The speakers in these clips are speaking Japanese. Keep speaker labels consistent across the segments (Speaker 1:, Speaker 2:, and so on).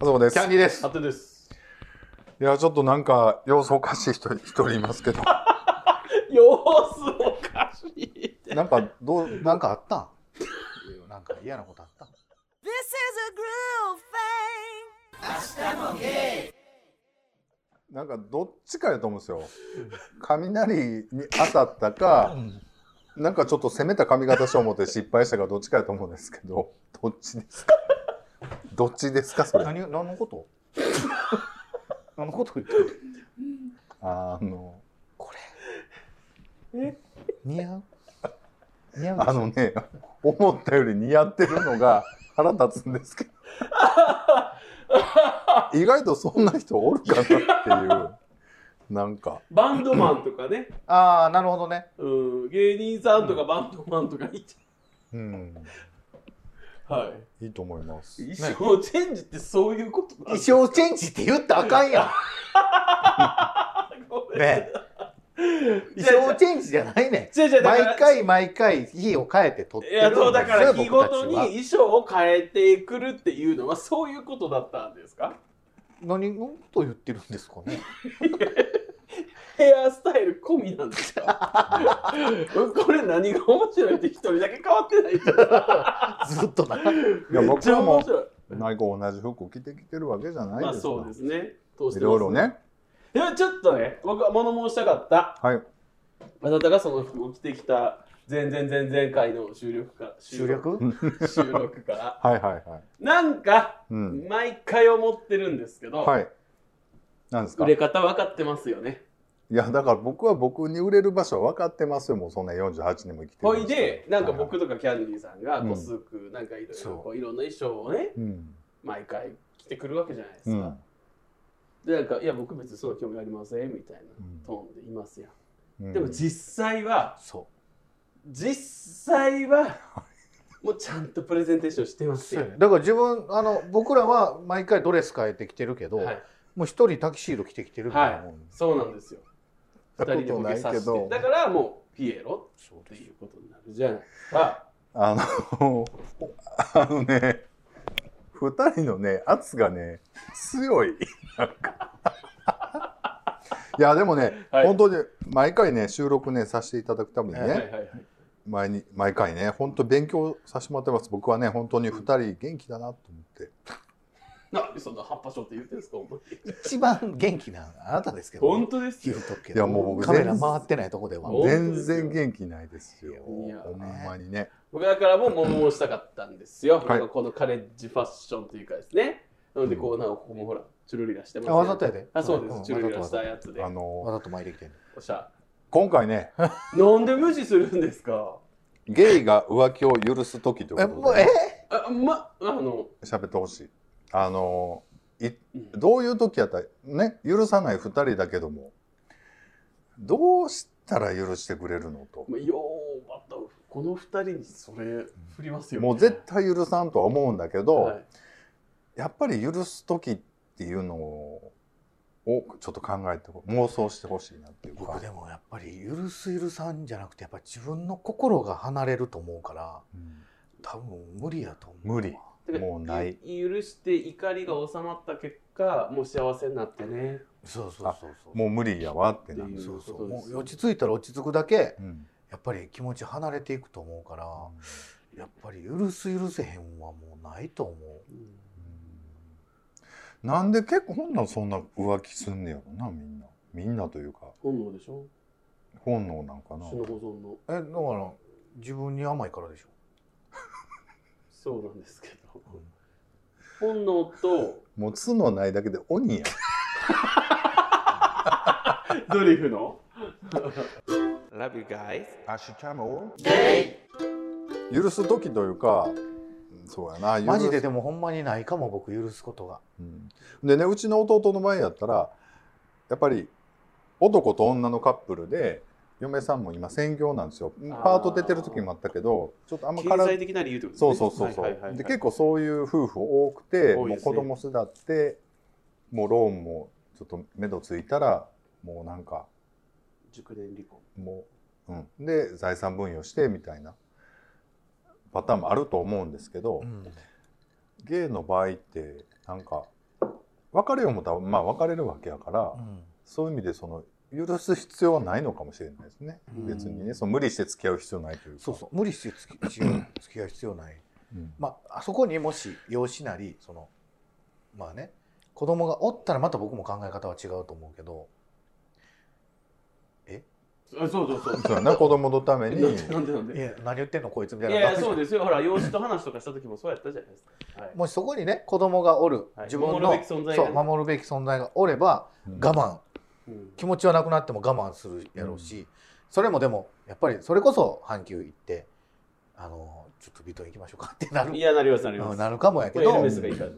Speaker 1: あそこです。
Speaker 2: キャンディです。
Speaker 3: あとです。
Speaker 1: いや、ちょっとなんか、様子おかしい人一人いますけど。
Speaker 3: 様子おかしい。
Speaker 1: なんか、どう、
Speaker 2: なんかあったんなんか嫌なことあったん
Speaker 4: This is a groove thing.
Speaker 1: なんかどっちかやと思うんですよ。雷に当たったか、なんかちょっと攻めた髪型しよう思って失敗したかどっちかやと思うんですけど、どっちですかどっちですかそれ。
Speaker 2: 何何のこと何のこと言ってる
Speaker 1: あの、
Speaker 2: 似合う似合うでしょ
Speaker 1: あのね、思ったより似合ってるのが腹立つんですけど。意外とそんな人おるかなっていう。なんか、
Speaker 3: バンドマンとかね、
Speaker 2: ああなるほどね
Speaker 3: うん、芸人さんとかバンドマンとかいて。
Speaker 1: うん、
Speaker 3: はい。
Speaker 1: いいと思います。
Speaker 3: 衣装チェンジってそういうことなん
Speaker 2: 衣
Speaker 3: ですか
Speaker 2: 装チェンジって言ったらあかんや
Speaker 3: ご
Speaker 2: ん
Speaker 3: めん
Speaker 2: ね
Speaker 3: じゃあ
Speaker 2: 衣装チェンジじゃないね
Speaker 3: 違う違う、だから
Speaker 2: 毎回毎回日を変えて撮って
Speaker 3: い
Speaker 2: る
Speaker 3: や、そうだから日ごと
Speaker 2: 僕
Speaker 3: に
Speaker 2: たちは
Speaker 3: 衣装を変えてくるっていうのはそういうことだったんですか
Speaker 2: 何のこと言ってるんですかね
Speaker 3: ヘアスタイル込みなんですか これ何が面白いって一人だけ変わってない
Speaker 2: ずっとない
Speaker 1: や
Speaker 3: めっちゃ面白い。
Speaker 1: 毎回同じ服を着てきてるわけじゃない
Speaker 3: ま
Speaker 1: で
Speaker 3: あ
Speaker 1: すか。
Speaker 3: そうですね。通してます
Speaker 1: いろいろね。
Speaker 3: でもちょっとね、僕は物申したかった。
Speaker 1: はい。
Speaker 3: あなたがその服を着てきた前々前々回の収録か
Speaker 2: 集略
Speaker 3: 収録 から。
Speaker 1: はいはいはい。
Speaker 3: なんか、
Speaker 1: うん。
Speaker 3: 毎回思ってるんですけど、
Speaker 1: はい。なんですか
Speaker 3: 売れ方分かってますよね。
Speaker 1: いや、だから僕は僕に売れる場所は分かってますよ。もうそんな48人も生きてる
Speaker 3: ほ
Speaker 1: ん
Speaker 3: い
Speaker 1: すから
Speaker 3: で、なんか
Speaker 1: はいはい
Speaker 3: 僕とかキャンディーさんが、
Speaker 1: うん
Speaker 3: こうスーク、なんかいろいろ
Speaker 2: そ
Speaker 3: こう、いろんな衣装をね、
Speaker 1: うん。
Speaker 3: 毎回着てくるわけじゃないです
Speaker 1: う
Speaker 3: か。
Speaker 1: ん。
Speaker 3: で、なんか、いや、僕別にそんな興味ありません、みたいな
Speaker 1: うん
Speaker 3: トーンでいますやん。
Speaker 1: うん
Speaker 3: でも実際は、
Speaker 2: そ
Speaker 3: 実際は、もうちゃんとプレゼンテーションしてます
Speaker 2: う
Speaker 3: よ。
Speaker 2: だから自分あの僕らは毎回ドレス変えてきてるけど、
Speaker 3: はい、
Speaker 2: もう一人タキシード着てきてるみたいなもん、
Speaker 3: そうなんですよ。
Speaker 1: そ
Speaker 3: 二
Speaker 1: んな
Speaker 3: 人
Speaker 1: こと
Speaker 3: でボ
Speaker 1: な
Speaker 3: ケ
Speaker 1: い
Speaker 3: さ
Speaker 1: け
Speaker 3: せて
Speaker 1: ど。
Speaker 3: だからもうピエロ
Speaker 2: そう
Speaker 3: っていうことになるじゃないですか。
Speaker 1: あの、あのね、二人のね、圧がね、強い。なんか いや、でもね、
Speaker 3: はい
Speaker 1: 本当に毎回ね、収録ね、させていただくためにね、
Speaker 3: はいはいはい。
Speaker 1: 前に毎回ね、本当勉強させてもらってます。僕はね、本当に二人元気だなと思って。
Speaker 3: なんでそんな葉っぱ症って言ってんですか、お前
Speaker 2: 一番元気なあなたですけどね、
Speaker 3: 本当です
Speaker 2: 言
Speaker 3: よ
Speaker 2: う。とくけ
Speaker 1: い
Speaker 2: ど
Speaker 1: やもう僕
Speaker 2: カメラ回ってないとこでは
Speaker 3: お
Speaker 1: 全然元気ないですよ。
Speaker 3: いや
Speaker 1: ほんまにね。
Speaker 3: 僕だからも物申したかったんですよ。
Speaker 1: い
Speaker 3: なんかこのカレッジファッションというかですね。なのでこう、なんかここもほら、チュルリラしてます
Speaker 2: あ
Speaker 3: よ
Speaker 2: わざとやで
Speaker 3: あ、そうです。
Speaker 2: ん
Speaker 3: チュルリラ
Speaker 2: わ
Speaker 3: し
Speaker 2: ざ
Speaker 3: た
Speaker 2: と
Speaker 3: やつで
Speaker 1: あ。の
Speaker 2: わざと巻いてきてんの
Speaker 3: おしゃ。
Speaker 1: 今回ね、
Speaker 3: なんで無視するんですか
Speaker 1: ゲイが浮気を許す時とい
Speaker 2: え
Speaker 1: う
Speaker 2: も
Speaker 1: こ
Speaker 2: う
Speaker 1: とで
Speaker 2: え
Speaker 3: あ、ま、あの、
Speaker 1: 喋ってほしい。あのい
Speaker 3: うん
Speaker 1: どういう時やったらね許さない二人だけどもどうしたら許してくれるのと
Speaker 3: まよう、また、この二人にそれ、振りますよ、ね。
Speaker 1: もう絶対許さんとは思うんだけど、
Speaker 3: はい
Speaker 1: やっぱり許す時っていうのをちょっと考えて妄想してほしいなっていうか
Speaker 2: 僕。でもやっぱり許す許さんじゃなくてやっぱ自分の心が離れると思うから
Speaker 1: うん
Speaker 2: 多分無理やと思う
Speaker 1: 無理
Speaker 3: だから
Speaker 1: もうない
Speaker 3: ゆ許して怒りが収まった結果もう幸せになってね
Speaker 2: そうそうそうそう
Speaker 1: もう無理やわってなる
Speaker 3: う
Speaker 2: そうそ
Speaker 3: そう
Speaker 2: う
Speaker 3: で
Speaker 2: も
Speaker 3: す
Speaker 2: う落ち着いたら落ち着くだけ
Speaker 1: うん
Speaker 2: やっぱり気持ち離れていくと思うからやっぱり許す許せへんはもうないと思う
Speaker 1: なんで結構ほんなんそんな浮気すんねやろなみんなみんなというか
Speaker 3: 本能でしょ
Speaker 1: 本能なんかな
Speaker 3: 死の保存の
Speaker 2: えだから自分に甘いからでしょ
Speaker 3: そうなんですけど本能と
Speaker 1: もう角ないだけで鬼や
Speaker 3: ドリフの Love you guys
Speaker 1: アッシュチャム許す時というかそうやな許す
Speaker 2: マジででもほんまにないかも僕許すことが
Speaker 1: うんでねうちの弟の場合やったらやっぱり男と女のカップルで嫁さんも今専業なんですよ
Speaker 3: ー
Speaker 1: パート出てる時もあったけどちょっとあんま
Speaker 3: 経
Speaker 1: 体
Speaker 3: 済的な理由ってこと
Speaker 1: そう
Speaker 3: です
Speaker 1: そ
Speaker 3: ね
Speaker 1: うそうそう、
Speaker 3: はいはいはいはい
Speaker 1: で結構そういう夫婦多くて
Speaker 3: 多い
Speaker 1: も
Speaker 3: で
Speaker 1: う
Speaker 3: す
Speaker 1: 子
Speaker 3: ね
Speaker 1: 供巣立ってもうローンもちょっと目処ついたらもうなんか
Speaker 3: 熟年離婚
Speaker 1: もう、うん、で財産分与してみたいなパターンもあると思うんですけど、
Speaker 2: うん
Speaker 1: ゲイの場合ってなんか別れようもたまあ別れるわけやから、
Speaker 2: うん
Speaker 1: そういう意味でその許す必要はないのかもしれないですね、
Speaker 2: うん
Speaker 1: 別にねその無理して付き合う必要ないというか
Speaker 2: そうそう無理して付き付き合う必要ない
Speaker 1: うん
Speaker 2: まあ、あそこにもし養子なりそのまあね子供がおったらまた僕も考え方は違うと思うけど
Speaker 3: そうそうそう。
Speaker 1: そうやな子供のため
Speaker 3: え
Speaker 1: に
Speaker 3: なんでなんでなん
Speaker 2: い
Speaker 3: で。
Speaker 2: や何言ってんのこいつみた
Speaker 3: い
Speaker 2: いな
Speaker 3: やいやそうですよ。ほら養子と話とかした時もそうやったじゃないですか。はい。
Speaker 2: もしそこにね子供がおる、
Speaker 3: はい
Speaker 2: 自分の
Speaker 3: 守るべき存在がね
Speaker 2: そう守るべき存在がおれば
Speaker 1: うん
Speaker 2: 我慢
Speaker 3: うん
Speaker 2: 気持ちはなくなっても我慢するやろうし、それもでもやっぱりそれこそ阪急行ってあのちょっとビトン行きましょうかってなる
Speaker 3: いやなりますなりま
Speaker 2: うん
Speaker 3: す。
Speaker 2: なるかもや
Speaker 3: こ
Speaker 2: け
Speaker 3: れエル
Speaker 2: ど
Speaker 3: メスがいいから。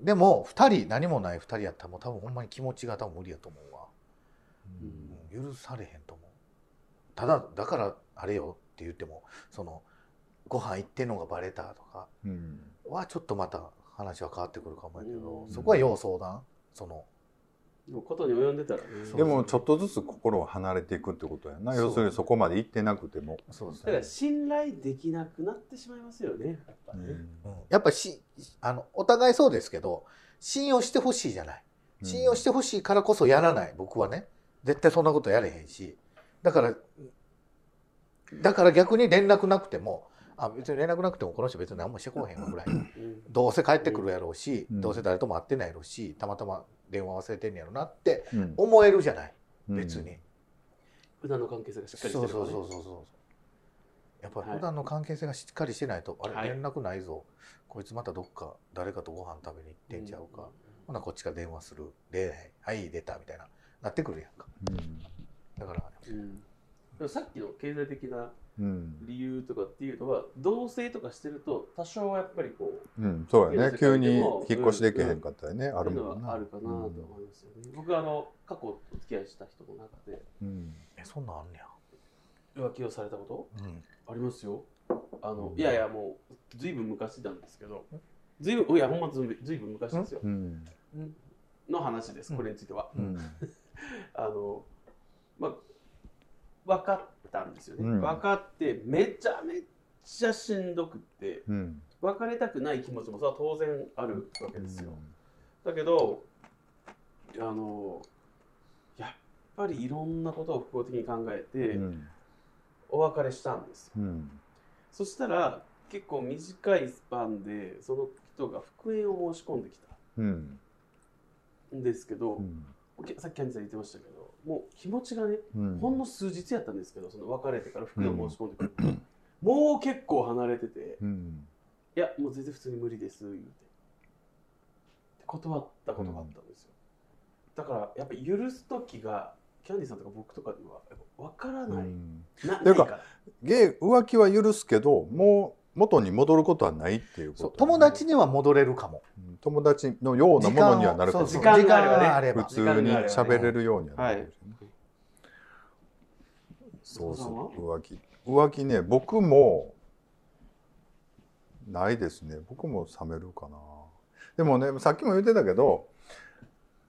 Speaker 2: でも2人何もない2人やったらもう多分ほんまに気持ちが多分無理やと思うわ。
Speaker 3: うん
Speaker 2: うん許されへんと思うただだからあれよって言ってもそのご飯行ってんのがバレたとか
Speaker 1: うん
Speaker 2: はちょっとまた話は変わってくるかもやけど、
Speaker 3: うん
Speaker 2: そこは要相談その
Speaker 3: でもことに及んでたらね。
Speaker 1: でもちょっとずつ心を離れていくってことやな
Speaker 2: そう
Speaker 1: 要するにそこまで行ってなくても、
Speaker 2: そうです
Speaker 3: だから
Speaker 2: ね、
Speaker 3: 信頼できなくなってしまいますよね。やっぱ
Speaker 1: う
Speaker 3: ね
Speaker 2: うんんやっぱしあのお互いそうですけど信用してほしいじゃない信用してほしいからこそやらない僕はね絶対そんなことやれへんしだからだから逆に連絡なくてもあ別に連絡なくてもこの人別に何もしてこうへん わぐらい
Speaker 3: うん
Speaker 2: どうせ帰ってくるやろうし、
Speaker 1: うん
Speaker 2: どうせ誰とも会ってないやろうしたまたま電話忘れてんねやろなって
Speaker 1: うん
Speaker 2: 思えるじゃない
Speaker 1: うん
Speaker 2: 別に、
Speaker 3: 普段の関係性がしっか
Speaker 2: そう
Speaker 3: りし
Speaker 2: そ
Speaker 3: て
Speaker 2: う
Speaker 3: るから
Speaker 2: そう
Speaker 3: ね。
Speaker 2: そうそうやっぱり
Speaker 3: はい
Speaker 2: 普段の関係性がしっかりしてないと、あ
Speaker 3: はい
Speaker 2: れ連絡ないぞこいつまたどっか誰かとご飯食べに行ってんちゃうか、ほなこっちから電話するで「はい出た」みたいななってくるやんかだから
Speaker 3: うん。うんでもさっきの経済的な
Speaker 1: うんうん
Speaker 3: 理由とかっていうのは同棲とかしてると多少はやっぱりこう
Speaker 1: うんそうやね急に引っ越しできへんかったらね、あ
Speaker 3: あ
Speaker 1: る
Speaker 3: る
Speaker 1: もん
Speaker 3: の
Speaker 1: な
Speaker 3: はあるかなと思いますよね、僕はあの過去お付き合いした人の中で
Speaker 1: うん
Speaker 2: えそんなんあんねや、
Speaker 3: 浮気をされたこ
Speaker 2: うん、
Speaker 3: とありますよあの、
Speaker 1: うん
Speaker 3: いやいやもうずいぶん昔なんですけどずいぶんいやほんまずいぶんずいぶん昔ですよ、
Speaker 1: うん
Speaker 3: の話ですこれについては、
Speaker 1: うん
Speaker 3: あのまあ分かったんですよね、
Speaker 1: うん
Speaker 3: 分かってめちゃめちゃしんどくって
Speaker 1: うん
Speaker 3: 別れたくない気持ちもそれは当然あるわけですよ、
Speaker 1: う
Speaker 3: だけどあのやっぱりいろんなことを複合的に考えて、
Speaker 1: ん
Speaker 3: お別れしたんですよ
Speaker 1: うん
Speaker 3: そしたら結構短いスパンでその人が復縁を申し込んでき
Speaker 1: うん
Speaker 3: たんですけど、
Speaker 1: うん
Speaker 3: さっきキャンディさん言ってましたけどもう気持ちがね
Speaker 1: うん
Speaker 3: ほんの数日やったんですけどその別れてから復縁を申し込んでくる、もう結構離れてて
Speaker 1: うん
Speaker 3: 「いやもう全然普通に無理です」言うてで断ったことがあったんですよ、だからやっぱり許す時がキャンディさんとか僕とかにはやっぱ分から
Speaker 1: う
Speaker 3: ない、
Speaker 1: ん
Speaker 3: な
Speaker 1: ていうか
Speaker 3: ないら
Speaker 1: ゲイ浮気は許すけどもう元に戻ることはないっていうこと
Speaker 2: そう友達には戻れるかも
Speaker 1: うん友達のようなものにはなるかも
Speaker 2: 時
Speaker 3: そう
Speaker 2: 間を
Speaker 3: 時
Speaker 2: 時
Speaker 3: 間
Speaker 2: 間
Speaker 3: が
Speaker 2: が
Speaker 3: あ
Speaker 2: あ
Speaker 3: れ
Speaker 2: れ
Speaker 1: 普
Speaker 2: ば
Speaker 1: 通に喋れるようにはなるかもしれないそう
Speaker 3: さんは
Speaker 1: そう浮気浮気ね僕もないですね僕も冷めるかなでもねさっきも言ってたけど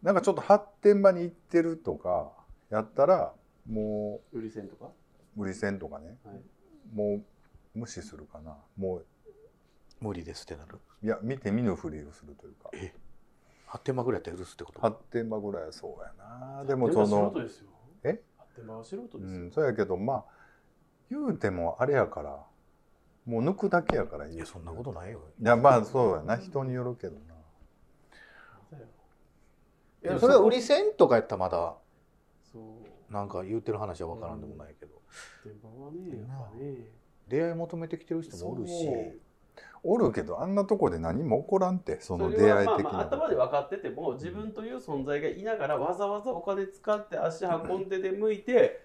Speaker 1: なんかちょっと発展場に行ってるとかやったらも
Speaker 3: 売り線とか
Speaker 1: う無理せんとかね、
Speaker 3: はい
Speaker 1: もう無視するかなも
Speaker 2: 無理ですってなる
Speaker 1: ういや見て見ぬふりをするというか
Speaker 2: 8点間ぐらいやったら許すってこと
Speaker 1: 発展場ぐらいはそうやなでも
Speaker 3: 発展
Speaker 1: そ
Speaker 3: 場は素
Speaker 1: の
Speaker 3: 人ですよ
Speaker 1: え
Speaker 3: 発展場は素人
Speaker 1: う
Speaker 3: ですよ、
Speaker 1: んそうやけどまあ言うてもあれやからもう抜くだけやからい
Speaker 2: いやそんなことないよ
Speaker 1: いやまあそうやな人によるけどな
Speaker 3: だよ
Speaker 2: いやそれは売り線とかやったらまだ
Speaker 3: そう
Speaker 2: なんか言ってる話は分からんでもないけど、
Speaker 3: 発展場はねやっぱね
Speaker 2: 出会い求めてきてる人もおるし
Speaker 3: そう
Speaker 1: おるけどあんなとこで何も起こらんってその
Speaker 3: れ
Speaker 1: 出
Speaker 3: は
Speaker 1: 会い的
Speaker 3: まあまあ
Speaker 1: な
Speaker 3: 頭で分かってても自分という存在がいながらわざわざお金使って足運んで出向いて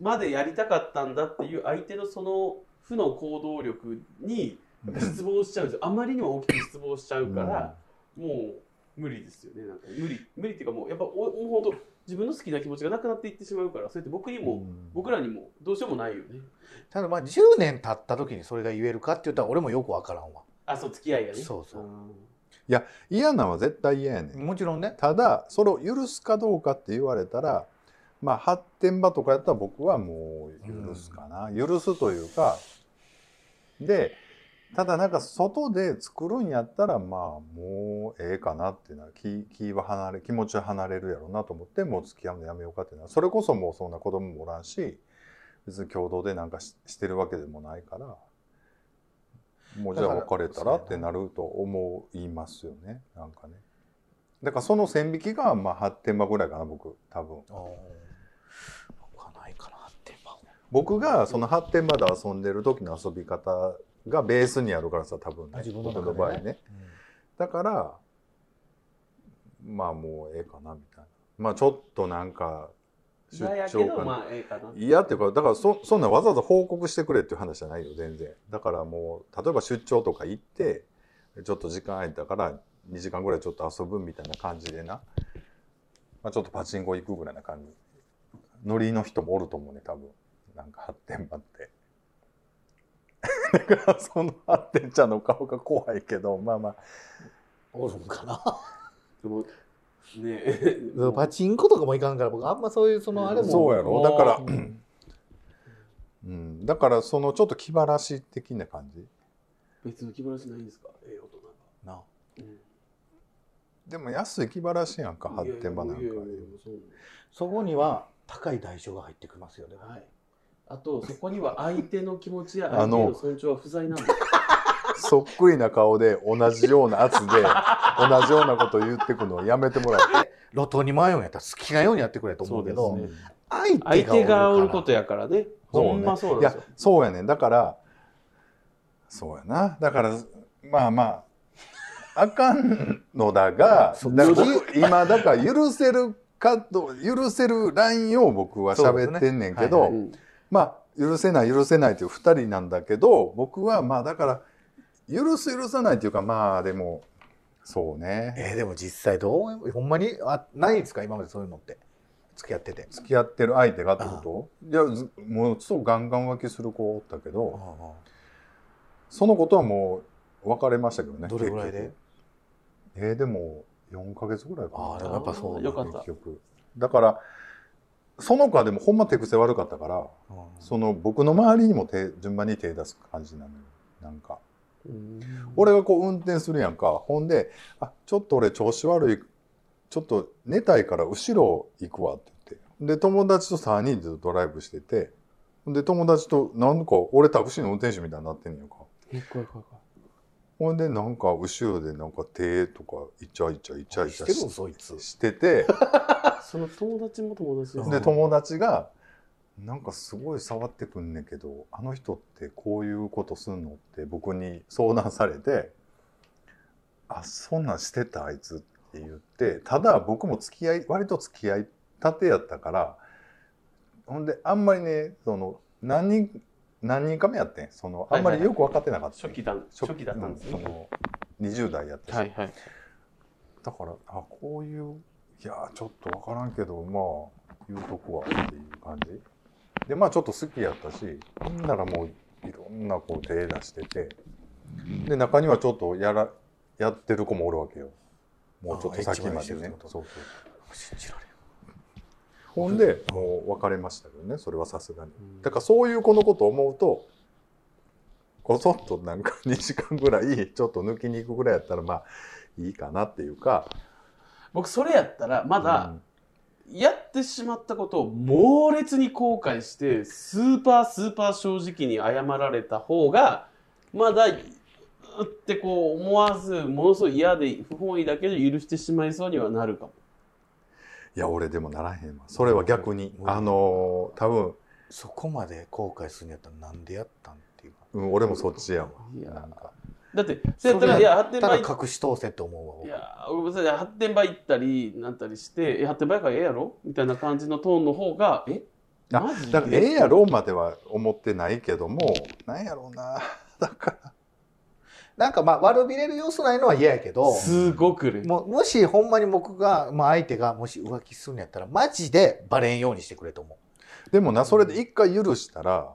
Speaker 3: までやりたかったんだっていう相手のその負の行動力にやっぱ失望しちゃうんですよあまりにも大きく失望しちゃうから、もう無理ですよねなんか無理無理っていうかもうやっぱおもう本当自分の好きな気持ちがなくなっていってしまうからそれって僕に
Speaker 1: うん
Speaker 3: も、僕らにもどうしようもないよね
Speaker 2: ただまあ10年経った時にそれが言えるかって言ったら俺もよく分からんわ
Speaker 3: あそう付き合いがね
Speaker 2: そうそう
Speaker 1: 嫌なんは絶対嫌やねん
Speaker 2: もちろんね
Speaker 1: ただそれを許すかどうかって言われたらまあ発展場とかやったら僕はもう許すかな、許すというかでただなんか外で作るんやったらまあもうええかなっていうのは気気は離れ気持ちは離れるやろうなと思ってもう付き合うのやめようかっていうのはそれこそもうそんな子供もおらんし別に共同でなんかししてるわけでもないからもうじゃあ
Speaker 2: だから
Speaker 1: 別れたら
Speaker 2: そうやな
Speaker 1: ってなると思いますよねなんかねだからその線引きがまあ8点場ぐらいかな僕多分
Speaker 2: 僕はないかなってまあ
Speaker 1: 僕がその発展まで遊んでる時の遊び方がベースにあるからさ多分ね
Speaker 2: あ自分の
Speaker 1: 僕
Speaker 2: 中でね
Speaker 1: の場合ねだからまあもうええかなみたいなまあちょっとなんか出
Speaker 3: 嫌やけ
Speaker 1: 張
Speaker 3: ど
Speaker 1: か
Speaker 3: ま
Speaker 1: な
Speaker 3: あええかな
Speaker 1: 嫌っていうかだからそそんなわざわざ報告してくれっていう話じゃないよ全然だからもう例えば出張とか行ってちょっと時間空いたから2時間ぐらいちょっと遊ぶみたいな感じでな、まあ、ちょっとパチンコ行くぐらいな感じノリの人もおると思うね多分なんか発展場って だからその発展ちゃんの顔が怖いけどまあまあ
Speaker 2: おるんかな
Speaker 3: でもねえ
Speaker 2: パチンコとかもいかんから僕あんまそういうそのあれも
Speaker 1: そうやろだから
Speaker 2: う、ん
Speaker 1: うん、だからそのちょっと気晴らし的な感じ
Speaker 3: 別の気晴らしないんですかええ音なんか
Speaker 1: な
Speaker 3: うん
Speaker 1: でも安い気晴らしやんか発展場なんか
Speaker 3: いやいやいやいやそう
Speaker 2: そこには高い代償が入ってきますよね
Speaker 3: はい。あと、そこには相手の気持ちや
Speaker 1: あ
Speaker 3: 相手
Speaker 1: の
Speaker 3: の尊重は不在なんです。
Speaker 1: そっくりな顔で同じような圧で同じようなこと言ってくのをやめてもらって
Speaker 2: 路頭に迷うんやったら好きなようにやってくれと思うけど
Speaker 3: そうですね
Speaker 2: 相
Speaker 3: 相手
Speaker 2: 手が
Speaker 3: が
Speaker 2: お
Speaker 3: お
Speaker 2: る
Speaker 3: る
Speaker 2: こ
Speaker 3: こととやからね。 ほんまそうなん
Speaker 1: い
Speaker 3: で
Speaker 1: や
Speaker 3: すよ。
Speaker 1: そうやねんだからそうやなだからまあまああかんのだが
Speaker 2: そう
Speaker 1: だ
Speaker 2: そう
Speaker 1: 僕今だから許せるかと許せるラインを僕は喋ってんねんけど、
Speaker 2: そうですねはい
Speaker 3: うん
Speaker 1: まあ許せない許せないという2人なんだけど僕はまあだから許す許さないというかまあでもそうね
Speaker 2: えーでも実際どうほんまにあないんですか今までそういうのって付き合ってて
Speaker 1: 付き合ってる相手がってこといやずもうそうガンガン浮気する子おったけどそのことはもう別れましたけどね
Speaker 2: どれぐらいで
Speaker 1: 結局えーでも4ヶ月ぐらいかな
Speaker 2: あーでもやっぱそうなんだ
Speaker 3: よかった
Speaker 1: 結。局だからその子はでもほんま手癖悪かったから
Speaker 2: そ
Speaker 1: その僕の周りにも手順番に手出す感じなのよなんか
Speaker 3: うん
Speaker 1: 俺がこう運転するやんかほんで「あちょっと俺調子悪いちょっと寝たいから後ろ行くわ」って言ってで友達と3人でドライブしててで友達となんか俺タクシーの運転手みたいになってんねやんか
Speaker 3: え怖い怖い怖い
Speaker 1: ほんでなんか後ろでなんか手とかイチャイチャイチャイチ
Speaker 2: し
Speaker 1: ャ
Speaker 2: てるんそいつ
Speaker 1: してて
Speaker 3: その友達も友達
Speaker 2: うん
Speaker 1: で友達が「なんかすごい触ってくんねんけどあの人ってこういうことすんの?」って僕に相談されて「あそんなんしてたあいつ」って言ってただ僕も付き合い割と付き合いたてやったからほんであんまりねその何人何人か目やってんそのあんまりよく分かってなかった、
Speaker 3: 初期だ初期だったんです
Speaker 1: うそ
Speaker 3: ね。
Speaker 1: の20代やったし、
Speaker 3: はいはい。
Speaker 1: だからあこういういやーちょっと分からんけどまあ言うとこはっていう感じでまあちょっと好きやったしほんならもういろんなこう手出しててで中にはちょっとやらやってる子もおるわけよもうちょっと先まで
Speaker 2: あエッチまでしてるって
Speaker 1: ね
Speaker 2: こと
Speaker 1: そうそう
Speaker 2: 信じられん
Speaker 1: ほんでもう別れましたけどねそれはさすがにだからそういう子のことを思うとこそっとなんか2時間ぐらいちょっと抜きに行くぐらいやったらまあいいかなっていうか
Speaker 3: 僕、それやったら、ま
Speaker 1: う
Speaker 3: だ、
Speaker 1: ん
Speaker 3: やってしまったことを猛烈に後悔して、スーパースーパー正直に謝られた方が、まだ、うーってこう思わず、ものすごい嫌で、不本意だけど許してしまいそうにはなるかも。
Speaker 1: いや俺でもならへんわそれは逆に
Speaker 2: うん
Speaker 1: あのー多分、
Speaker 2: そこまで後悔するんやったらなんでやったんっていうか
Speaker 1: うん、俺もそっちやわ
Speaker 3: いや
Speaker 1: なんか
Speaker 3: だって、そうやったら、いや、発展
Speaker 2: ただ
Speaker 3: 場行っ
Speaker 2: 隠し通せって思うわ
Speaker 3: い
Speaker 2: 僕
Speaker 3: やーごめんなさい発展場行ったりなんたりしてえ発展場やからええやろみたいな感じのトーンの方がえ
Speaker 1: あ
Speaker 3: マジ
Speaker 1: だからええやろまでは思ってないけどもなんやろう なだから
Speaker 2: なんかまあ悪びれる要素ないのは嫌やけど
Speaker 3: すごくね
Speaker 2: もうもしほんまに僕が、まあ、相手がもし浮気するんやったらマジでバレんようにしてくれと思
Speaker 1: でもなそれで一回許したら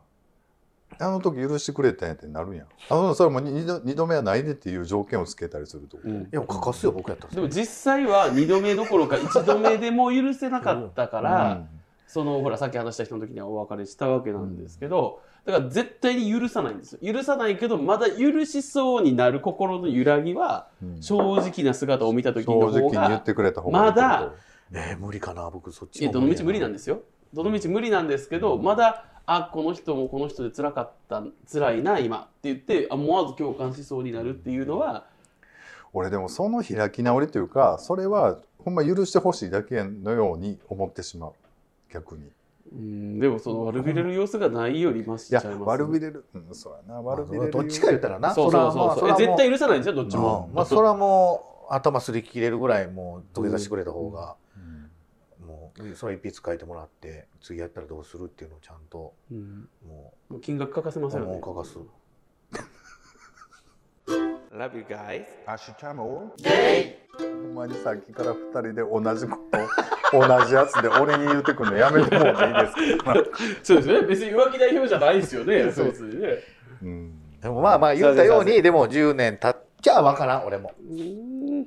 Speaker 1: あの時許してくれたんやってなるやんあのそれも二度二度目はないでっていう条件をつけたりするってこと、
Speaker 3: うん
Speaker 2: ういや欠かすよ僕やったら
Speaker 3: でも実際は2度目どころか1度目でも許せなかったか
Speaker 1: う
Speaker 3: ら、
Speaker 1: ん
Speaker 3: そのほらさっき話した人の時にはお別れしたわけなんですけど、だから絶対に許さないんですよ許さないけどまだ許しそうになる心の揺らぎは
Speaker 1: うん正
Speaker 3: 正直な姿を見た時の
Speaker 1: 直
Speaker 3: 方
Speaker 1: に言っ
Speaker 3: が
Speaker 1: てくれた方が
Speaker 3: まだ
Speaker 2: えー無理かな僕そっち
Speaker 3: いやどの道無理なん
Speaker 2: す
Speaker 3: ですよどの道無理なんですけどまだあこの人もこの人で辛かった辛いな今って言ってあ思わず共感しそうになるっていうのは
Speaker 1: 俺でもその開き直りというかそれはほんま許してほしいだけのように思ってしまう逆にい
Speaker 3: うんでもその悪びれる様子がないよりマシちゃ
Speaker 1: や
Speaker 3: います、
Speaker 1: 悪びれる、うん、そうやな悪びれる
Speaker 2: どっちか言ったらな
Speaker 3: そうそうそうそう、
Speaker 2: れ
Speaker 3: え
Speaker 2: はまあれは
Speaker 3: 絶
Speaker 2: も
Speaker 3: 対許さないんですよどっちも、
Speaker 2: うんまあそれはもう頭すり切れるぐらいもう土下座してくれた方
Speaker 1: うん
Speaker 2: が、もうそれ一筆書いてもらって次やったらどうするっていうのをちゃんと
Speaker 3: うん
Speaker 2: も
Speaker 3: 金額書かせ
Speaker 2: う
Speaker 3: ませんよ
Speaker 2: 本
Speaker 3: ね
Speaker 2: を書かす
Speaker 3: Love you guys
Speaker 1: アシュチャムほんまにさっきから2人で同じこと同じやつで俺に言うてくるのやめてもらっていいです か、
Speaker 3: そうですね別に浮気代表じゃないですよねそうですね
Speaker 1: うん、
Speaker 2: でもまあまあ言ったようにでも10年経っちゃわからん俺も
Speaker 3: うーん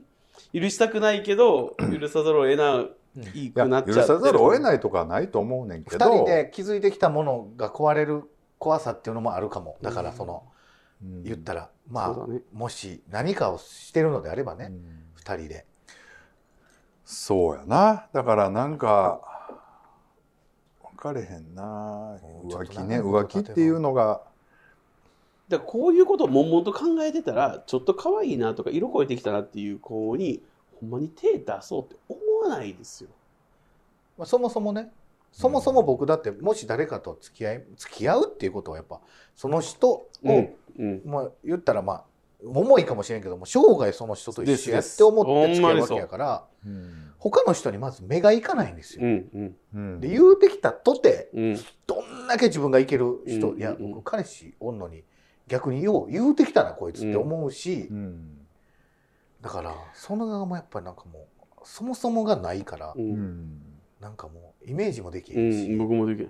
Speaker 3: 許したくないけど許さざるを得ない
Speaker 1: いや
Speaker 3: くなっち
Speaker 1: 許
Speaker 3: ゃってる
Speaker 1: さざるを得ないとかはないと思うねんけ
Speaker 2: 2
Speaker 1: ど
Speaker 2: 人で気づいてきたものが壊れる怖さっていうのもあるかもだからその
Speaker 1: うん
Speaker 2: 言ったらま
Speaker 3: そう
Speaker 2: あ
Speaker 3: だね
Speaker 2: もし何かをしてるのであれば
Speaker 1: う
Speaker 2: ね
Speaker 1: ん
Speaker 2: 2人で
Speaker 1: そうやなだからなんか分かれへんな
Speaker 2: う
Speaker 1: 浮気ね
Speaker 2: んちょっと長い
Speaker 1: 浮
Speaker 2: こと
Speaker 1: 気っていうのが
Speaker 3: だからこういうことを悶々と考えてたらちょっと可愛いなとか色超えてきたなっていう子にほんまに手出そうって思わないですよ
Speaker 2: まあそもそもねそもそも僕だってもし誰かと付き合い付き合うっていうことはやっぱその人を、
Speaker 3: うん
Speaker 2: まあ、言ったらまあ重いかもしれんけども生涯その人と一緒
Speaker 3: で
Speaker 2: やっ
Speaker 3: すです
Speaker 2: て思って付
Speaker 3: ほ
Speaker 2: き合う
Speaker 3: んまに
Speaker 2: わ
Speaker 3: そ
Speaker 2: け
Speaker 3: う
Speaker 2: やから
Speaker 1: うん
Speaker 2: 他の人にまず目がいかないんですよ。
Speaker 3: うんうん
Speaker 1: うん
Speaker 2: で言うてきたとて
Speaker 3: うん
Speaker 2: どんだけ自分がいける人、
Speaker 3: うん
Speaker 2: いや
Speaker 3: うん
Speaker 2: 僕彼氏おんのに逆によう言うてきたなこいつって思うし、
Speaker 1: うん
Speaker 2: だからその側もやっぱりなんかもうそもそもがないから、
Speaker 3: う
Speaker 1: うんん
Speaker 2: なんかもうイメージもでき
Speaker 3: う
Speaker 2: へんし、
Speaker 3: ん、僕もできない。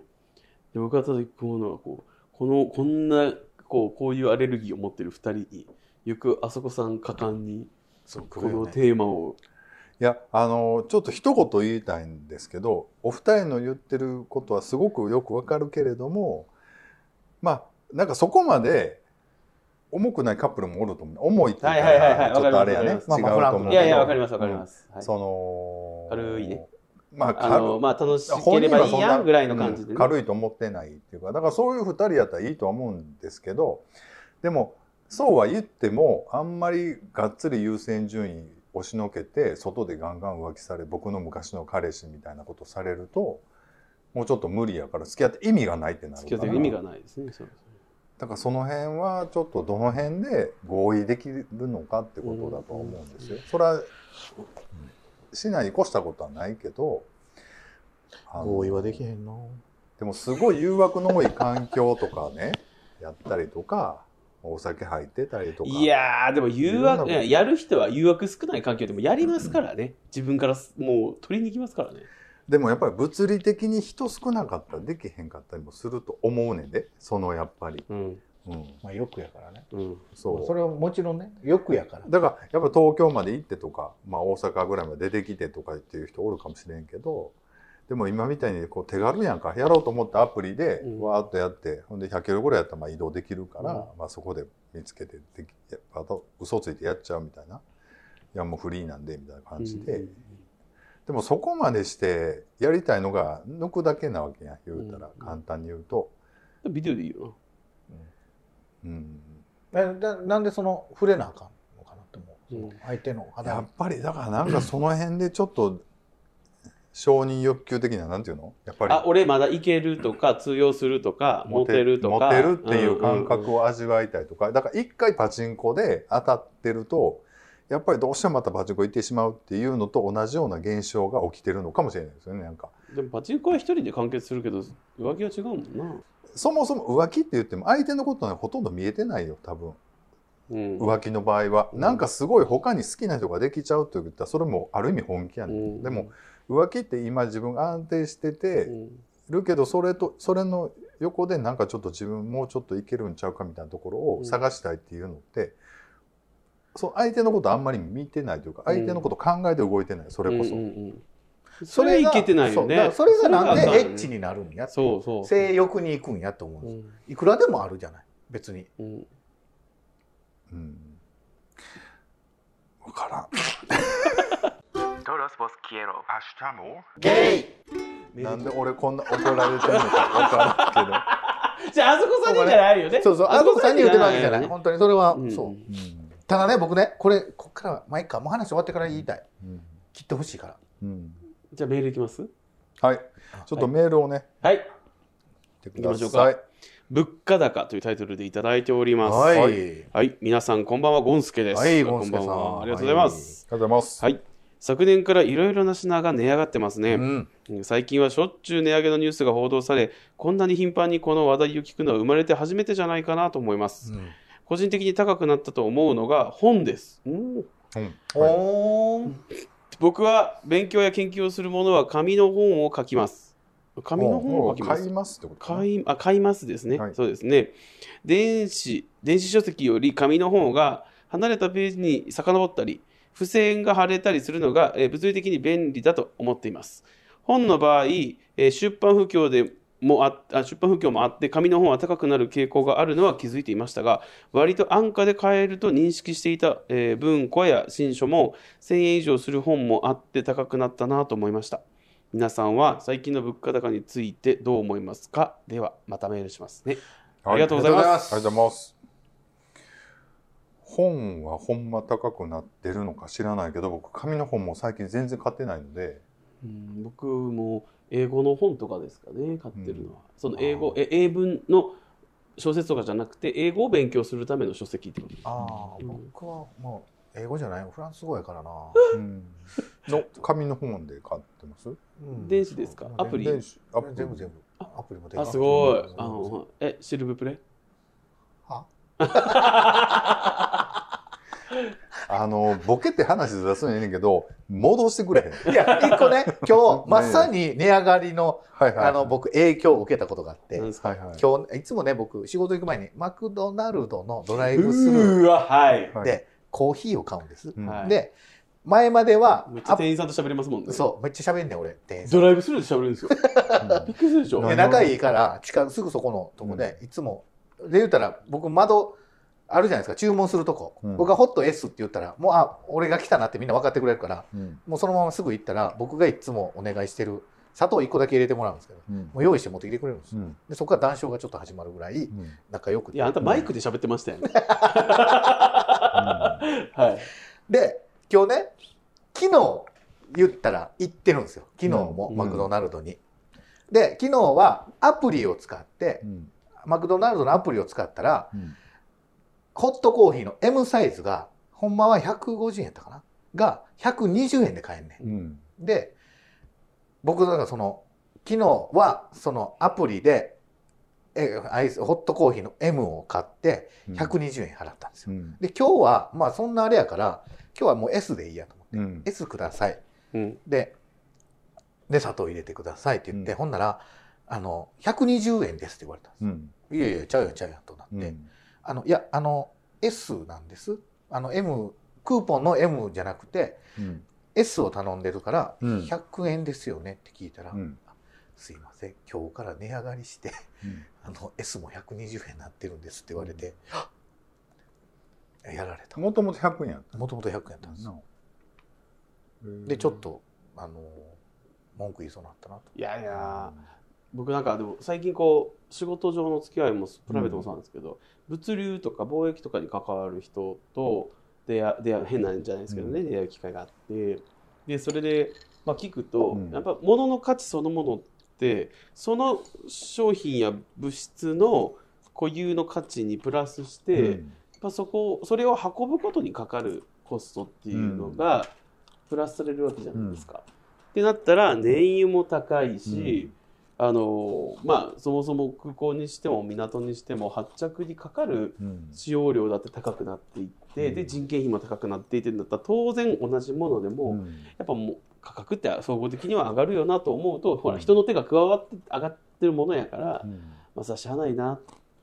Speaker 3: で僕がただ思うのはこうこのこんなこうこういうアレルギーを持ってる2人によくあそこさん果敢に
Speaker 2: そう来
Speaker 3: こ
Speaker 2: るよ
Speaker 3: の
Speaker 2: ね
Speaker 3: テーマを、
Speaker 1: いやあのちょっと一言言いたいんですけどお二人の言ってることはすごくよくわかるけれどもまあなんかそこまで重くないカップルもおると思う重いって言った
Speaker 3: はいはいは
Speaker 1: ら
Speaker 3: いはい
Speaker 1: ちょっとあれやね違
Speaker 3: わ
Speaker 1: う
Speaker 3: か
Speaker 1: と
Speaker 2: りますわか
Speaker 1: 思うけど
Speaker 3: いやい
Speaker 2: りますまあん
Speaker 3: やわかりますわかります、はい
Speaker 1: その
Speaker 3: 軽いね
Speaker 1: まあ
Speaker 3: あ
Speaker 1: 軽
Speaker 3: のまあ楽しけ
Speaker 1: 本
Speaker 3: れ
Speaker 1: 人
Speaker 3: ば
Speaker 1: はい
Speaker 3: い
Speaker 1: そん
Speaker 3: や
Speaker 1: なん
Speaker 3: ぐらいの感じで、ね
Speaker 1: うん軽いと思ってないっていうかだからそういう2人やったらいいとは思うんですけどでもそうは言ってもあんまりがっつり優先順位押しのけて外でガンガン浮気され僕の昔の彼氏みたいなことされるともうちょっと無理やから付き合って意味がないってなる
Speaker 3: 付
Speaker 1: か
Speaker 3: き合って
Speaker 1: ら
Speaker 3: る意味がないですねそう
Speaker 1: だからその辺はちょっとどの辺で合意できるのかってことだと思うんですよ。それは市内に越したことはないけどあの
Speaker 2: 合意はできへんな
Speaker 1: でもすごい誘惑の多い環境とかねやったりとかお酒入ってたりとか
Speaker 3: いやーでも誘惑
Speaker 1: いろんなこと
Speaker 3: やる人は誘惑少ない環境でもやりますからね自分からすもう取りに行きますからね
Speaker 1: でもやっぱり物理的に人少なかったらできへんかったりもすると思うねんでそのやっぱり、
Speaker 3: うん
Speaker 1: うん、
Speaker 2: まあよくやからね
Speaker 3: うん
Speaker 1: そう
Speaker 2: それはもちろんねよくやから
Speaker 1: だからやっぱ東京まで行ってとか、まあ、大阪ぐらいまで出てきてとかっていう人おるかもしれんけどでも今みたいにこう手軽やんかやろうと思ったアプリで
Speaker 3: うん
Speaker 1: わーっとやって、ほんで100キロぐらいやったらまあ移動できるから、
Speaker 3: うん
Speaker 1: まあ、そこで見つけてできやっぱあと嘘ついてやっちゃうみたいないやもうフリーなんでみたいな感じで、
Speaker 3: うん
Speaker 1: でもそこまでしてやりたいのが抜くだけなわけやん言うたら
Speaker 3: うん
Speaker 1: 簡単に言うと、
Speaker 3: ビデオでいいよ
Speaker 1: うん、
Speaker 2: えだなんでその触れなあかんのかなって思う、
Speaker 3: うん
Speaker 2: 相手の肌
Speaker 1: やっ
Speaker 2: に
Speaker 1: ぱりだからなんかその辺でちょっと承認欲求的ななんていうのやっぱり
Speaker 3: なあ俺まだいけるとか通用するとかモテるとか
Speaker 1: モテるっていう感
Speaker 3: んん
Speaker 1: 覚
Speaker 3: ん
Speaker 1: を味わいたいとかだから一回パチンコで当たってるとやっぱりどうしてもまたパチンコ行ってしまうっていうのと同じような現象が起きてるのかもしれないですよねなんか
Speaker 3: でもパチンコは一人で完結するけど浮気は違うもんな、
Speaker 1: そもそも浮気って言っても相手のことはほとんど見えてないよ多分
Speaker 3: うん
Speaker 1: 浮気の場合は
Speaker 3: うん
Speaker 1: なんかすごい他に好きな人ができちゃうと言ったらそれもある意味本気やねん
Speaker 3: うん
Speaker 1: でも浮気って今自分が安定して
Speaker 3: う
Speaker 1: て
Speaker 3: ん
Speaker 1: るけどそれとそれの横でなんかちょっと自分もうちょっといけるんちゃうかみたいなところ
Speaker 3: う
Speaker 1: を
Speaker 3: ん
Speaker 1: 探したいっていうのって、そう相手のことあんまり見てないというか
Speaker 3: うん
Speaker 1: 相手のこと考えて動いてないそれこそ、
Speaker 3: うんうんうんそれいけてないよ
Speaker 2: そうだか
Speaker 3: ね
Speaker 2: らそれがなんで
Speaker 3: それがあかんよ
Speaker 2: エ
Speaker 3: ね
Speaker 2: ッチになるんやって
Speaker 3: そうそう
Speaker 2: 性欲に行くんやと思うん
Speaker 3: う
Speaker 2: です
Speaker 3: ん
Speaker 2: いくらでもあるじゃない別に
Speaker 3: うん
Speaker 1: うん。わからん。
Speaker 5: Todos vos quiero. Hasta
Speaker 2: ゲイ
Speaker 1: なんで俺こんな怒られてるのかわか
Speaker 3: じゃああそこさんにじゃないよね
Speaker 2: そうそうあそこさんに言ってるわけじゃな
Speaker 3: よ
Speaker 2: い
Speaker 3: ね
Speaker 2: 本当にそれは
Speaker 3: うん
Speaker 2: そう
Speaker 1: らんけど。
Speaker 2: ただね僕ねこれこっからはまあいいかもう話終わってから言いたい
Speaker 1: うん。
Speaker 2: 切ってほしいから
Speaker 1: うん。うん
Speaker 3: じゃあメールいきます
Speaker 1: はい。ちょっとメールをね、
Speaker 3: はい
Speaker 1: 言ってくだ
Speaker 3: 行きましょう
Speaker 1: さい
Speaker 3: か。物価高というタイトルでいただいております
Speaker 2: はい
Speaker 3: はい皆さんこんばんはゴンスケです
Speaker 2: はい
Speaker 3: あ
Speaker 2: ゴンスケさ
Speaker 3: こ
Speaker 2: ん
Speaker 3: んばんはありがとうございます
Speaker 1: ありがとうございます。
Speaker 3: はい、昨年からいろいろな品が値上がってますね、
Speaker 2: うん
Speaker 3: 最近はしょっちゅう値上げのニュースが報道されこんなに頻繁にこの話題を聞くのは生まれて初めてじゃないかなと思います、
Speaker 2: うん
Speaker 3: 個人的に高くなったと思うのが本です、
Speaker 1: はい
Speaker 2: おーん
Speaker 3: 僕は勉強や研究をするものは紙の本を書きます紙の本
Speaker 1: も
Speaker 3: を
Speaker 1: う
Speaker 3: 書きま
Speaker 1: 買い
Speaker 3: す
Speaker 1: ますってこと
Speaker 3: 買いあ買いますですね、
Speaker 1: はい
Speaker 3: そうですね電子電子書籍より紙の本が離れたページに遡ったり付箋が貼れたりするのが、えー物理的に便利だと思っています本の場合、えー出版不況でもああ出版不況もあって紙の本は高くなる傾向があるのは気づいていましたが割と安価で買えると認識していた、えー文庫や新書も1000円以上する本もあって高くなったなと思いました皆さんは最近の物価高についてどう思いますかではまたメールしますね
Speaker 1: はい
Speaker 3: ありがとうございま
Speaker 1: ありがとうございます。本はほんま高くなってるのか知らないけど僕紙の本も最近全然買ってないので
Speaker 3: うん僕も英語の本とかですかね買ってるのは、その英語
Speaker 1: あ
Speaker 3: え英文の小説とかじゃなくて英語を勉強するための書籍ってこと
Speaker 2: ああ
Speaker 3: うん
Speaker 2: 僕はもう英語じゃないよフランス語やからな
Speaker 1: うんの紙の本で買ってます
Speaker 2: うん
Speaker 3: 電子ですかアプリ
Speaker 1: 電子アプリ
Speaker 2: 全部全部アプリもで
Speaker 3: あ
Speaker 2: きます
Speaker 3: すごいあのえシルブプレ
Speaker 1: あのボケて話ずらすんやねんけど戻してくれへん
Speaker 2: いや一 個ね今日まさに値上がりの
Speaker 1: はいはい
Speaker 2: あの僕影響を受けたことがあって
Speaker 3: なんですか
Speaker 1: はいはい
Speaker 2: 今日いつもね僕仕事行く前にマクドナルドのドライブスル
Speaker 3: うーわはい
Speaker 1: は
Speaker 2: ー
Speaker 1: い
Speaker 2: でコーヒーを買うんです、
Speaker 1: うん
Speaker 3: はい
Speaker 2: で前までは
Speaker 3: めっちゃ
Speaker 2: アプ
Speaker 3: 店員さんと喋れますもんね
Speaker 2: そうめっちゃ喋んねん俺店員さん
Speaker 3: ドライブスルーで喋るんですよびっくりするでしょ
Speaker 1: ブ
Speaker 2: で
Speaker 1: な
Speaker 2: 仲いいから近くすぐそこのとこで、いつもで言ったら僕窓あるじゃないですか注文するとこ、
Speaker 1: うん
Speaker 2: 僕がホット S って言ったらもうあ俺が来たなってみんな分かってくれるから
Speaker 1: うん
Speaker 2: もうそのまますぐ行ったら僕がいつもお願いしてる砂糖1個だけ入れてもらうんですけど
Speaker 1: うん
Speaker 2: もう用意して持ってきてくれるんです
Speaker 1: う
Speaker 2: よ
Speaker 1: ん
Speaker 2: でそこから談笑がちょっと始まるぐらい
Speaker 1: うん
Speaker 2: 仲良く
Speaker 3: い
Speaker 2: て
Speaker 3: やあんたマイクで喋ってましたよね
Speaker 1: うん
Speaker 3: はい
Speaker 2: で今日ね昨日言ったら行ってるんですよ昨日も
Speaker 3: うん
Speaker 2: マクドナルドに。で昨日はアプリを使って
Speaker 1: うん
Speaker 2: マクドナルドのアプリを使ったら
Speaker 1: うん
Speaker 2: ホットコーヒーの M サイズがほんまは150円やったかなが120円で買えんね
Speaker 1: うん
Speaker 2: ん。で僕だからその昨日はそのアプリでえアイスホットコーヒーの M を買って120円払ったんですよ。
Speaker 1: うん
Speaker 2: で今日はまあそんなあれやから今日はもう S でいいやと思って
Speaker 1: うん
Speaker 2: S ください
Speaker 3: うん
Speaker 2: でで砂糖入れてくださいって言って、
Speaker 1: うん
Speaker 2: ほんならあの120円ですって言われたんです、
Speaker 1: うん
Speaker 2: いやいやちゃうやんちゃうやんとなっ
Speaker 1: う
Speaker 2: て、
Speaker 1: ん
Speaker 2: あのいやあの S なんですあの M クーポンの M じゃなくて
Speaker 1: うん
Speaker 2: S を頼んでるから
Speaker 1: うん
Speaker 2: 100円ですよねって聞いたら、
Speaker 1: うん
Speaker 2: すいません今日から値上がりして あの S も120円になってるんですって言われて、はっやられた
Speaker 1: もともと100円やっ
Speaker 2: もともと100円だったた
Speaker 1: ん
Speaker 2: ん
Speaker 1: で
Speaker 2: ですす
Speaker 1: よ
Speaker 2: でちょっとあの文句言いそうになったなと。
Speaker 3: いやいや僕なんかでも最近こう仕事上の付き合いもプライベートもそうなんですけど、物流とか貿易とかに関わる人と出会出会う変なんじゃないですけどね、出会う機会があってでそれで、まあ、聞くと、
Speaker 1: うん
Speaker 3: やっぱ物の価値そのものってその商品や物質の固有の価値にプラスして、やっぱそこそれを運ぶことにかかるコストっていうのがプラスされるわけじゃないですか。ってなったら燃油も高いし、あのまあそもそも空港にしても港にしても発着にかかる
Speaker 1: うん
Speaker 3: 使用量だって高くなっていって、
Speaker 1: うん
Speaker 3: で人件費も高くなっていってんだったら当然同じものでも、
Speaker 1: うん
Speaker 3: やっぱもう価格って総合的には上がるよなと思うと、ほら
Speaker 1: うん
Speaker 3: 人の手が加わって上がってるものやから、
Speaker 1: うん
Speaker 3: まあさしゃあないな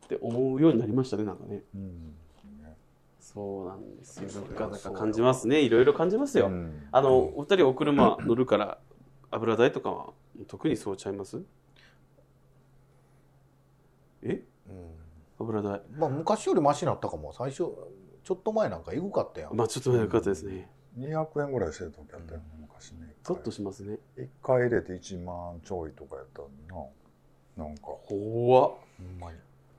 Speaker 3: って思うようになりましたねなんかね
Speaker 1: うんね
Speaker 3: そうなんですよ
Speaker 2: そう
Speaker 3: 物価
Speaker 2: そう
Speaker 3: 高感じますねいろいろ感じます
Speaker 1: う
Speaker 3: よ、
Speaker 1: ん
Speaker 3: あのお二人お車乗るから油代とかは特にそうちゃいますえ油代
Speaker 2: まあ昔よりマシになったかも最初ちょっと前なんかエグかったやん、
Speaker 3: まあちょっと前良かったですね
Speaker 1: うん、200円ぐらいしてる時あったよね、昔ね
Speaker 3: ゾッとしますね
Speaker 1: 1回入れて1万ちょいとかやったのにななんか
Speaker 3: 怖っ
Speaker 2: ほんまに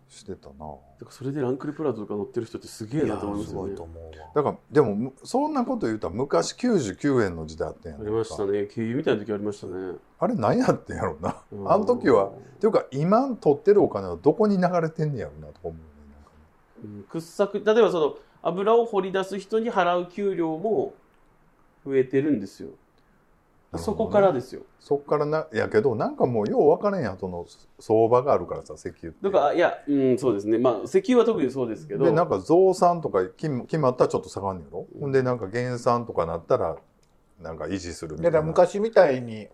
Speaker 1: してたな
Speaker 3: だからそれでランクルプラドとか乗ってる人ってすげえ
Speaker 2: い
Speaker 3: な
Speaker 2: や
Speaker 3: と思いますすよ
Speaker 2: ごい
Speaker 3: ね
Speaker 2: と思うわ
Speaker 1: だからでもむそんなこと言うたら昔99円の時代あったやん
Speaker 3: ありましたね経由みたいな時ありましたね
Speaker 1: あれ何やってんやろうなっ
Speaker 3: うん
Speaker 1: あの時はていうか今取ってるお金はどこに流れてんねやろうなと思うねなんか
Speaker 3: うん掘削例えばその油を掘り出す人に払う給料も増えてるんですよ
Speaker 1: なるほどね
Speaker 3: そこからですよ
Speaker 1: そっからなやけどなんかもうよう分からんやんその相場があるからさ石油って
Speaker 3: だからいやうんそうですねまあ石油は特にそうですけど
Speaker 1: でなんか増産とか決ま決まったらちょっと下がんねやろ、ほんでなんか減産とかなったらなんか維持するみた
Speaker 2: で
Speaker 1: いな
Speaker 2: だから昔みたいに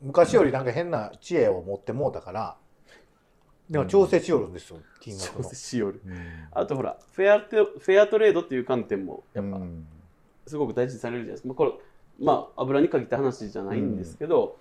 Speaker 2: 昔よりなんか変な知恵を持ってもうたからでも調整しよるんですよ金額
Speaker 3: 調
Speaker 2: の
Speaker 3: 節しよる
Speaker 1: うん
Speaker 3: あとほらフェアテフェアトレードっていう観点もやっ
Speaker 1: う
Speaker 3: ぱ
Speaker 1: ん
Speaker 3: すごく大事にされるじゃないですか、まあ、これまあ油に限った話じゃないんですけど、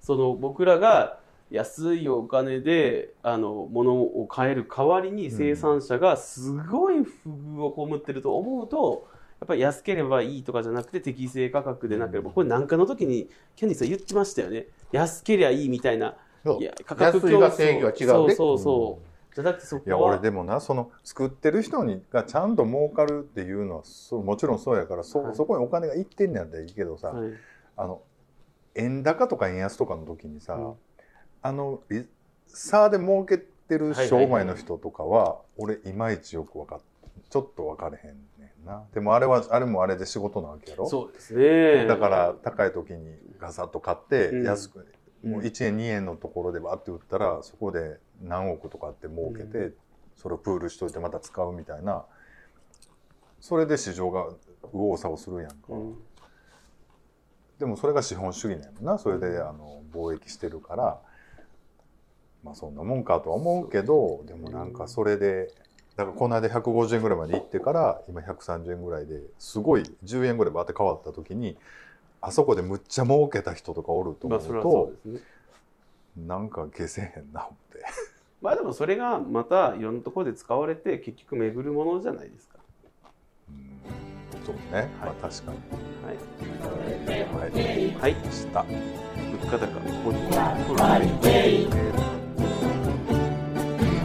Speaker 3: その僕らが安いお金であの物を買える代わりに生産者がすごい不遇を被ってると思うとやっぱり安ければいいとかじゃなくて適正価格でなければこれ何かの時にキャンディーさん言ってましたよね安けりゃいいみたいな
Speaker 2: そう
Speaker 3: いや価格
Speaker 2: 安い
Speaker 3: 競
Speaker 2: が
Speaker 3: 争
Speaker 2: 正義は違う
Speaker 3: そう
Speaker 2: ね
Speaker 3: そうそう、じゃなくてそこ
Speaker 1: いや
Speaker 3: は
Speaker 1: 俺でもなその作ってる人にがちゃんと儲かるっていうのはそうもちろんそうやからそ,、
Speaker 3: はい
Speaker 1: そこにお金がいってんねやったらいいけどさ、
Speaker 3: はい
Speaker 1: あの円高とか円安とかの時にさ、
Speaker 3: うん
Speaker 1: あのリ差で儲けてる商売の人とかは俺いまいちよく分かっちょっと分かれへんねんなでもあれはあれもあれで仕事なわけやろ
Speaker 3: そうですね
Speaker 1: だから高い時にガサッと買って
Speaker 3: うん
Speaker 1: 安く、
Speaker 3: うん
Speaker 1: もう1円2円のところでバって売ったらそこで何億とかって儲けて、それをプールしといてまた使うみたいなそれで市場が右往左往するやんか、
Speaker 3: うん
Speaker 1: でもそれが資本主義なんやもんなそれであの貿易してるからまあそんなもんかとは思うけどでもなんかそれでだからこの間150円ぐらいまで行ってから今130円ぐらいですごい10円ぐらいバーって変わった時にあそこでむっちゃ儲けた人とかおると
Speaker 3: ま
Speaker 1: 思う
Speaker 3: あそれはそ
Speaker 1: と
Speaker 3: う、ですね
Speaker 1: なんか消せへんな思って
Speaker 3: まあでもそれがまたいろんなところで使われて結局巡るものじゃないですか。
Speaker 1: うんそうね、まあ確かに
Speaker 3: はい。
Speaker 1: はい
Speaker 3: はい。
Speaker 1: した
Speaker 3: 物価高、ここに。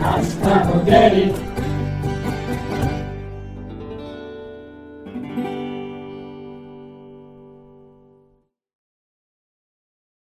Speaker 6: Hasta Modelli.